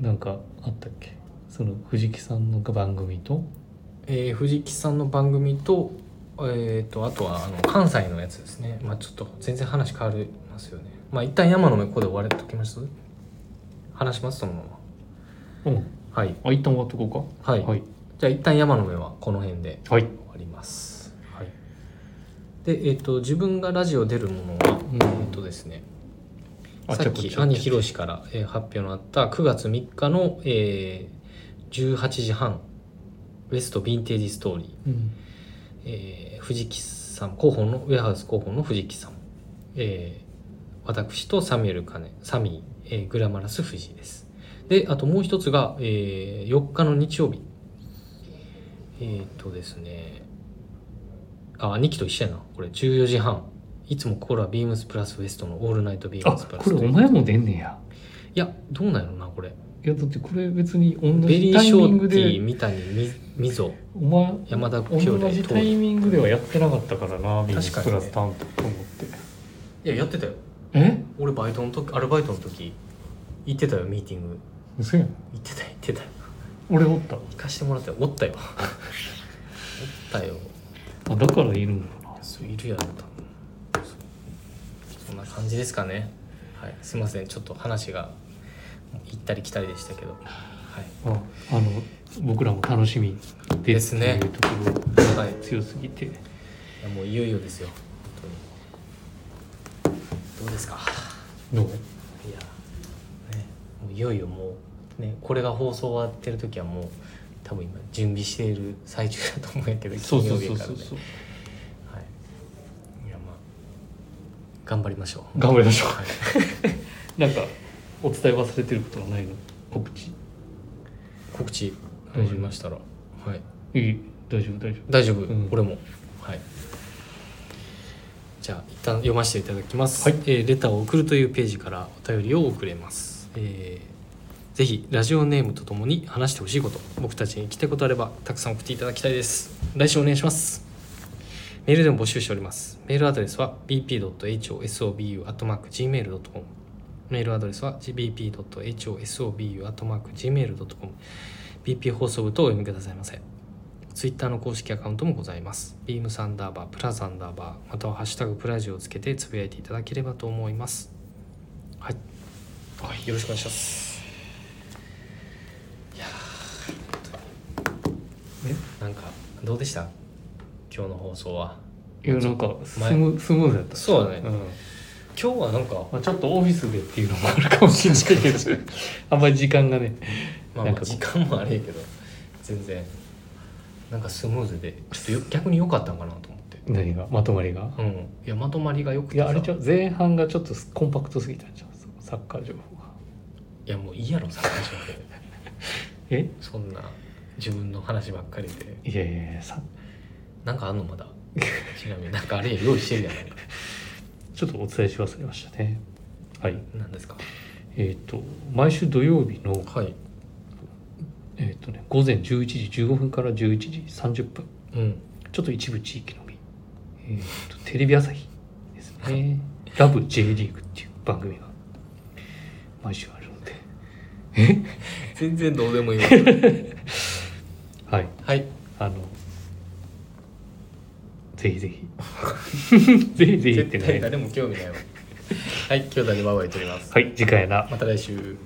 Speaker 1: なんかあったっけその藤木さんの番組と
Speaker 2: えー藤木さんの番組と,、えー、とあとはあの関西のやつですね、まあ、ちょっと全然話変わりますよねまあ一旦山の上ここで終われときます話しますそのまま
Speaker 1: うん
Speaker 2: はい
Speaker 1: あ一旦終わっとこうか
Speaker 2: はい、
Speaker 1: はい
Speaker 2: じゃあ一旦山の上はこの辺で
Speaker 1: はい
Speaker 2: 終わりますはいでえっ、と自分がラジオ出るものは、
Speaker 1: うん
Speaker 2: えっ、とですね
Speaker 1: あ
Speaker 2: さっ
Speaker 1: じゃあこっ
Speaker 2: き
Speaker 1: ち
Speaker 2: 兄ひろしから、えー発表のあった9月3日の、えー18時半ウエストヴィンテージストーリー
Speaker 1: うん
Speaker 2: えー藤木さん広報のウェハウス広報の藤木さん、えー私とサミュエルカネサミー、えーグラマラス藤井ですであともう一つが、えー4日の日曜日えーっとですねあ兄貴と一緒やなこれ14時半いつもこれはビームスプラスウエストのオールナイトビー
Speaker 1: あ
Speaker 2: ムスプラス
Speaker 1: これお前も出んねや
Speaker 2: いやどうなんやろなこれ
Speaker 1: いやだってこれ別に同
Speaker 2: ベ
Speaker 1: じ
Speaker 2: リ
Speaker 1: タ
Speaker 2: ー
Speaker 1: イ
Speaker 2: シ
Speaker 1: ミ
Speaker 2: ョ
Speaker 1: ン
Speaker 2: ー
Speaker 1: グ
Speaker 2: ティー
Speaker 1: で
Speaker 2: 三谷みみぞ
Speaker 1: お前
Speaker 2: 山田兄弟
Speaker 1: 同じタイミングではやってなかったからなビームス
Speaker 2: 確
Speaker 1: プ
Speaker 2: かにね
Speaker 1: ラス担当と思って
Speaker 2: いややってたよ
Speaker 1: え
Speaker 2: 俺バイトの時アルバイトの時行ってたよミーティング
Speaker 1: 嘘やん
Speaker 2: 行ってた行ってたよ
Speaker 1: 俺おった
Speaker 2: 行かしてもらったよおったよおったよ
Speaker 1: あだからいるんだろうな
Speaker 2: そういるやろ多分そうそんな感じですかねはいすいませんちょっと話が行ったり来たりでしたけどはい
Speaker 1: ああの僕らも楽しみで
Speaker 2: ですね
Speaker 1: っていうところが強すぎて、
Speaker 2: いやもういよいよですよ本当にどうですか
Speaker 1: どう
Speaker 2: いや、ね、もういよいよもう、ね、これが放送終わってる時はもう多分今準備している最中だと思うんやけど
Speaker 1: そう
Speaker 2: 金
Speaker 1: そ
Speaker 2: 曜
Speaker 1: う
Speaker 2: 日
Speaker 1: そう
Speaker 2: やから
Speaker 1: そ
Speaker 2: ね
Speaker 1: うそう
Speaker 2: はいいやまあ頑張りましょう
Speaker 1: 頑張りましょう
Speaker 2: はい
Speaker 1: なんかお伝え忘れてることはないの告知
Speaker 2: 告知
Speaker 1: 大丈夫
Speaker 2: 大丈夫ましたら、はい、
Speaker 1: いい大丈夫大丈
Speaker 2: 大丈夫、
Speaker 1: うん
Speaker 2: 俺もはいじゃあ一旦読ませていただきます、
Speaker 1: はい
Speaker 2: えーレターを送るというページからお便りを送れます、えーぜひラジオネームとともに話してほしいこと僕たちに聞きたいことあればたくさん送っていただきたいです来週お願いしますメールでも募集しておりますメールアドレスは bp.hosobu.gmail.com メールアドレスは bp.hosobu.gmail.com bp 放送部とお読みくださいませツイッターの公式アカウントもございます。ビームサンダーバー、プラザンダーバー、またはハッシュタグプラジオをつけてつぶやいていただければと思います。はい。はい、よろしくお願いします。いやー本当になんかどうでした？今日の放送は。
Speaker 1: 夫いやなんかスムスムーズだった
Speaker 2: そうだね
Speaker 1: ん
Speaker 2: 今日はなんか、
Speaker 1: まあ、ちょっとオフィスでっていうのもあるかもしれない けどあんまり時間がね
Speaker 2: まあ、
Speaker 1: な
Speaker 2: ま
Speaker 1: ん
Speaker 2: あ
Speaker 1: かこう
Speaker 2: 時間もあれやけど、全然なんかスムーズで、ちょっ とよ逆に良かったんかなと思って。
Speaker 1: 何がまとまりが
Speaker 2: うん。いやまとまりがよくて
Speaker 1: いやあれちゃう前半がちょっとコンパクトすぎたんちゃうそのサッカー情報が
Speaker 2: いやもういいやろさ。
Speaker 1: え
Speaker 2: そんな自分の話ばっかりで
Speaker 1: いやいやいやサッ
Speaker 2: なんかあんのまだちなみになんかあれ用意してるじゃない
Speaker 1: ちょっとお伝えし忘れましたねはい
Speaker 2: なんですか
Speaker 1: えっ、と毎週土曜日の、
Speaker 2: はい
Speaker 1: えっとね、午前11時15分から11時30分
Speaker 2: うん
Speaker 1: ちょっと一部地域のみ、えーとテレビ朝日ですね「ラブ J リーグ」っていう番組が毎週あるので
Speaker 2: 全然どうでもいいわ
Speaker 1: はい
Speaker 2: はい
Speaker 1: あのぜひぜ ひぜひぜひって
Speaker 2: 絶対
Speaker 1: ね
Speaker 2: 誰も興味ないわはい今日だけバイバイ撮ります
Speaker 1: はい次回な
Speaker 2: また来週